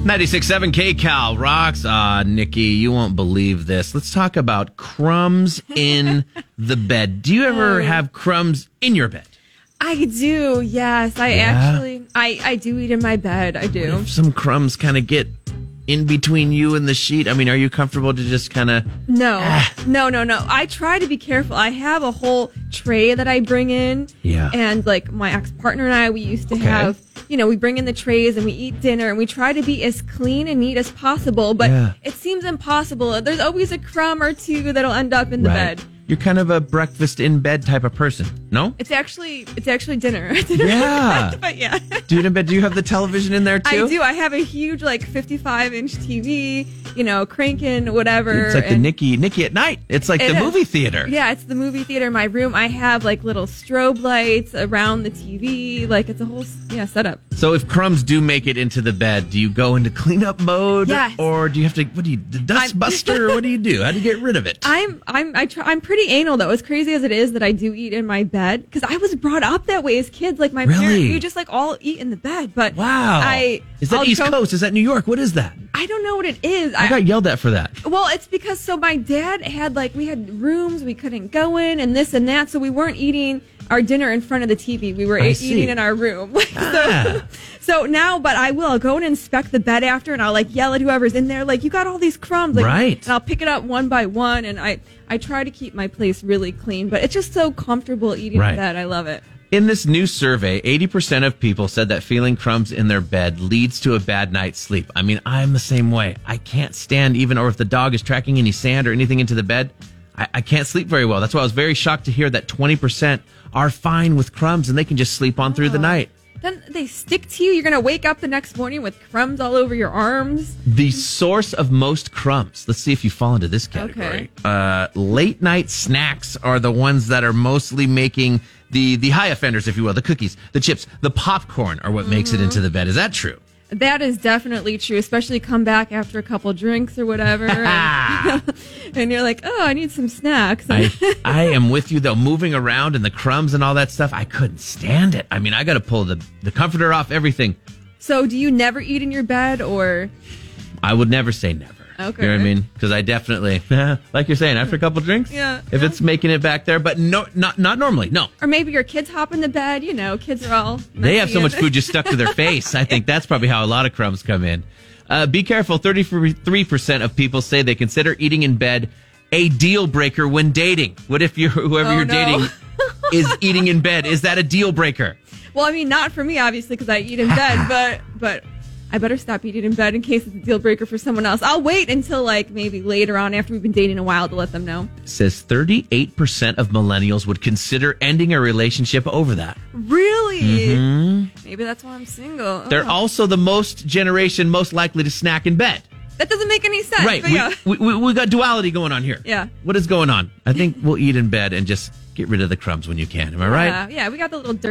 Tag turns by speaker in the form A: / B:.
A: 96.7 KCal rocks. Ah, Nikki, you won't believe this. Let's talk about crumbs in the bed. Do you
B: Oh.
A: ever have crumbs in your bed?
B: I do. Yes, I actually, I I do eat in my bed. I do.
A: If some crumbs kind of get in between you and the sheet, I mean, are you comfortable to just kind of
B: No,
A: Ah.
B: no, no, no. I try to be careful. I have a whole tray that I bring in.
A: Yeah.
B: And like my ex partner and I, we used to
A: Okay.
B: have, you know, we bring in the trays and we eat dinner and we try to be as clean and neat as possible. But
A: Yeah.
B: it seems impossible. There's always a crumb or two that'll end up in the bed.
A: You're kind of a breakfast in bed type of person, no?
B: It's actually, it's actually dinner. Dinner.
A: Yeah.
B: but yeah.
A: Dude, in bed, do you have the television in there too?
B: I do. I have a huge, like, 55 inch TV, you know, cranking, whatever.
A: It's like the
B: and-
A: Nikki, Nikki at night. It's like
B: It
A: the
B: is.
A: movie theater.
B: Yeah, it's the movie theater in my room. I have like little strobe lights around the TV. Like it's a whole yeah setup.
A: So if crumbs do make it into the bed, do you go into cleanup mode,
B: Yes.
A: or do you have to? What do you the dust
B: I'm-
A: buster? or what do you do? How do you get rid of it?
B: I'm I'm I try, I'm pretty anal though. As crazy as it is that I do eat in my bed because I was brought up that way as kids. Like my parents,
A: Really?
B: you just like all eat in the bed. But
A: wow.
B: I
A: is that
B: I'll
A: East
B: go-
A: Coast? Is that New York? What is that?
B: I don't know what it is.
A: I, got yelled at for that.
B: Well, it's because so my dad had like we had rooms we couldn't go in and this and that, so we weren't eating our dinner in front of the TV. We were
A: I
B: e-
A: see.
B: eating in our room. so,
A: Ah.
B: so now, but I will I'll go and inspect the bed after, and I'll like yell at whoever's in there, like you got all these crumbs, like,
A: Right.
B: And I'll pick it up one by one, and I I try to keep my place really clean, but it's just so comfortable eating
A: Right.
B: that. I love it.
A: In this new survey, 80% of people said that feeling crumbs in their bed leads to a bad night's sleep. I mean, I'm the same way. I can't stand even, or if the dog is tracking any sand or anything into the bed, I, I can't sleep very well. That's why I was very shocked to hear that 20% are fine with crumbs and they can just sleep on
B: Oh.
A: through the night.
B: Then they stick to you. You're gonna wake up the next morning with crumbs all over your arms.
A: The source of most crumbs. Let's see if you fall into this
B: Okay.
A: category. Uh, late night snacks are the ones that are mostly making the, the high offenders, if you will, the cookies, the chips, the popcorn are what makes
B: Mm-hmm.
A: it into the bed. Is that true?
B: That is definitely true, especially come back after a couple drinks or whatever. and, and you're like, oh, I need some snacks.
A: Ah, I, I am with you though. Moving around and the crumbs and all that stuff, I couldn't stand it. I mean, I got to pull the, the comforter off everything.
B: so, do you never eat in your bed or?
A: I would never say never.
B: Okay.
A: You know what I mean? Because I definitely, like you're saying, after a couple drinks,
B: Yeah.
A: if it's making it back there, but no, not not normally. No,
B: Or maybe your kids hop in the bed, you know, kids are all.
A: they have
B: messy
A: so
B: and-
A: much food just stuck to their face. I think that's probably how a lot of crumbs come in. Uh, be careful. Thirty-three percent of people say they consider eating in bed a deal breaker when dating. What if you, whoever
B: Oh,
A: you're
B: no.
A: dating, is eating in bed? Is that a deal breaker?
B: Well, I mean, not for me, obviously, because I eat in bed, but but I better stop eating in bed in case it's a deal breaker for someone else. I'll wait until like maybe later on after we've been dating a while to let them know.
A: says 38% of millennials would consider ending a relationship over that.
B: Really? Maybe that's why I'm single.
A: Mm-hmm. They're
B: Oh.
A: also the most generation most likely to snack in bed.
B: That doesn't make any sense.
A: right.
B: but
A: We,
B: yeah.
A: we, we, we got duality going on here.
B: Yeah.
A: What is going on? I think we'll eat in bed and just get rid of the crumbs when you can. Am I right?
B: Uh, Yeah, yeah, we got the little dirt.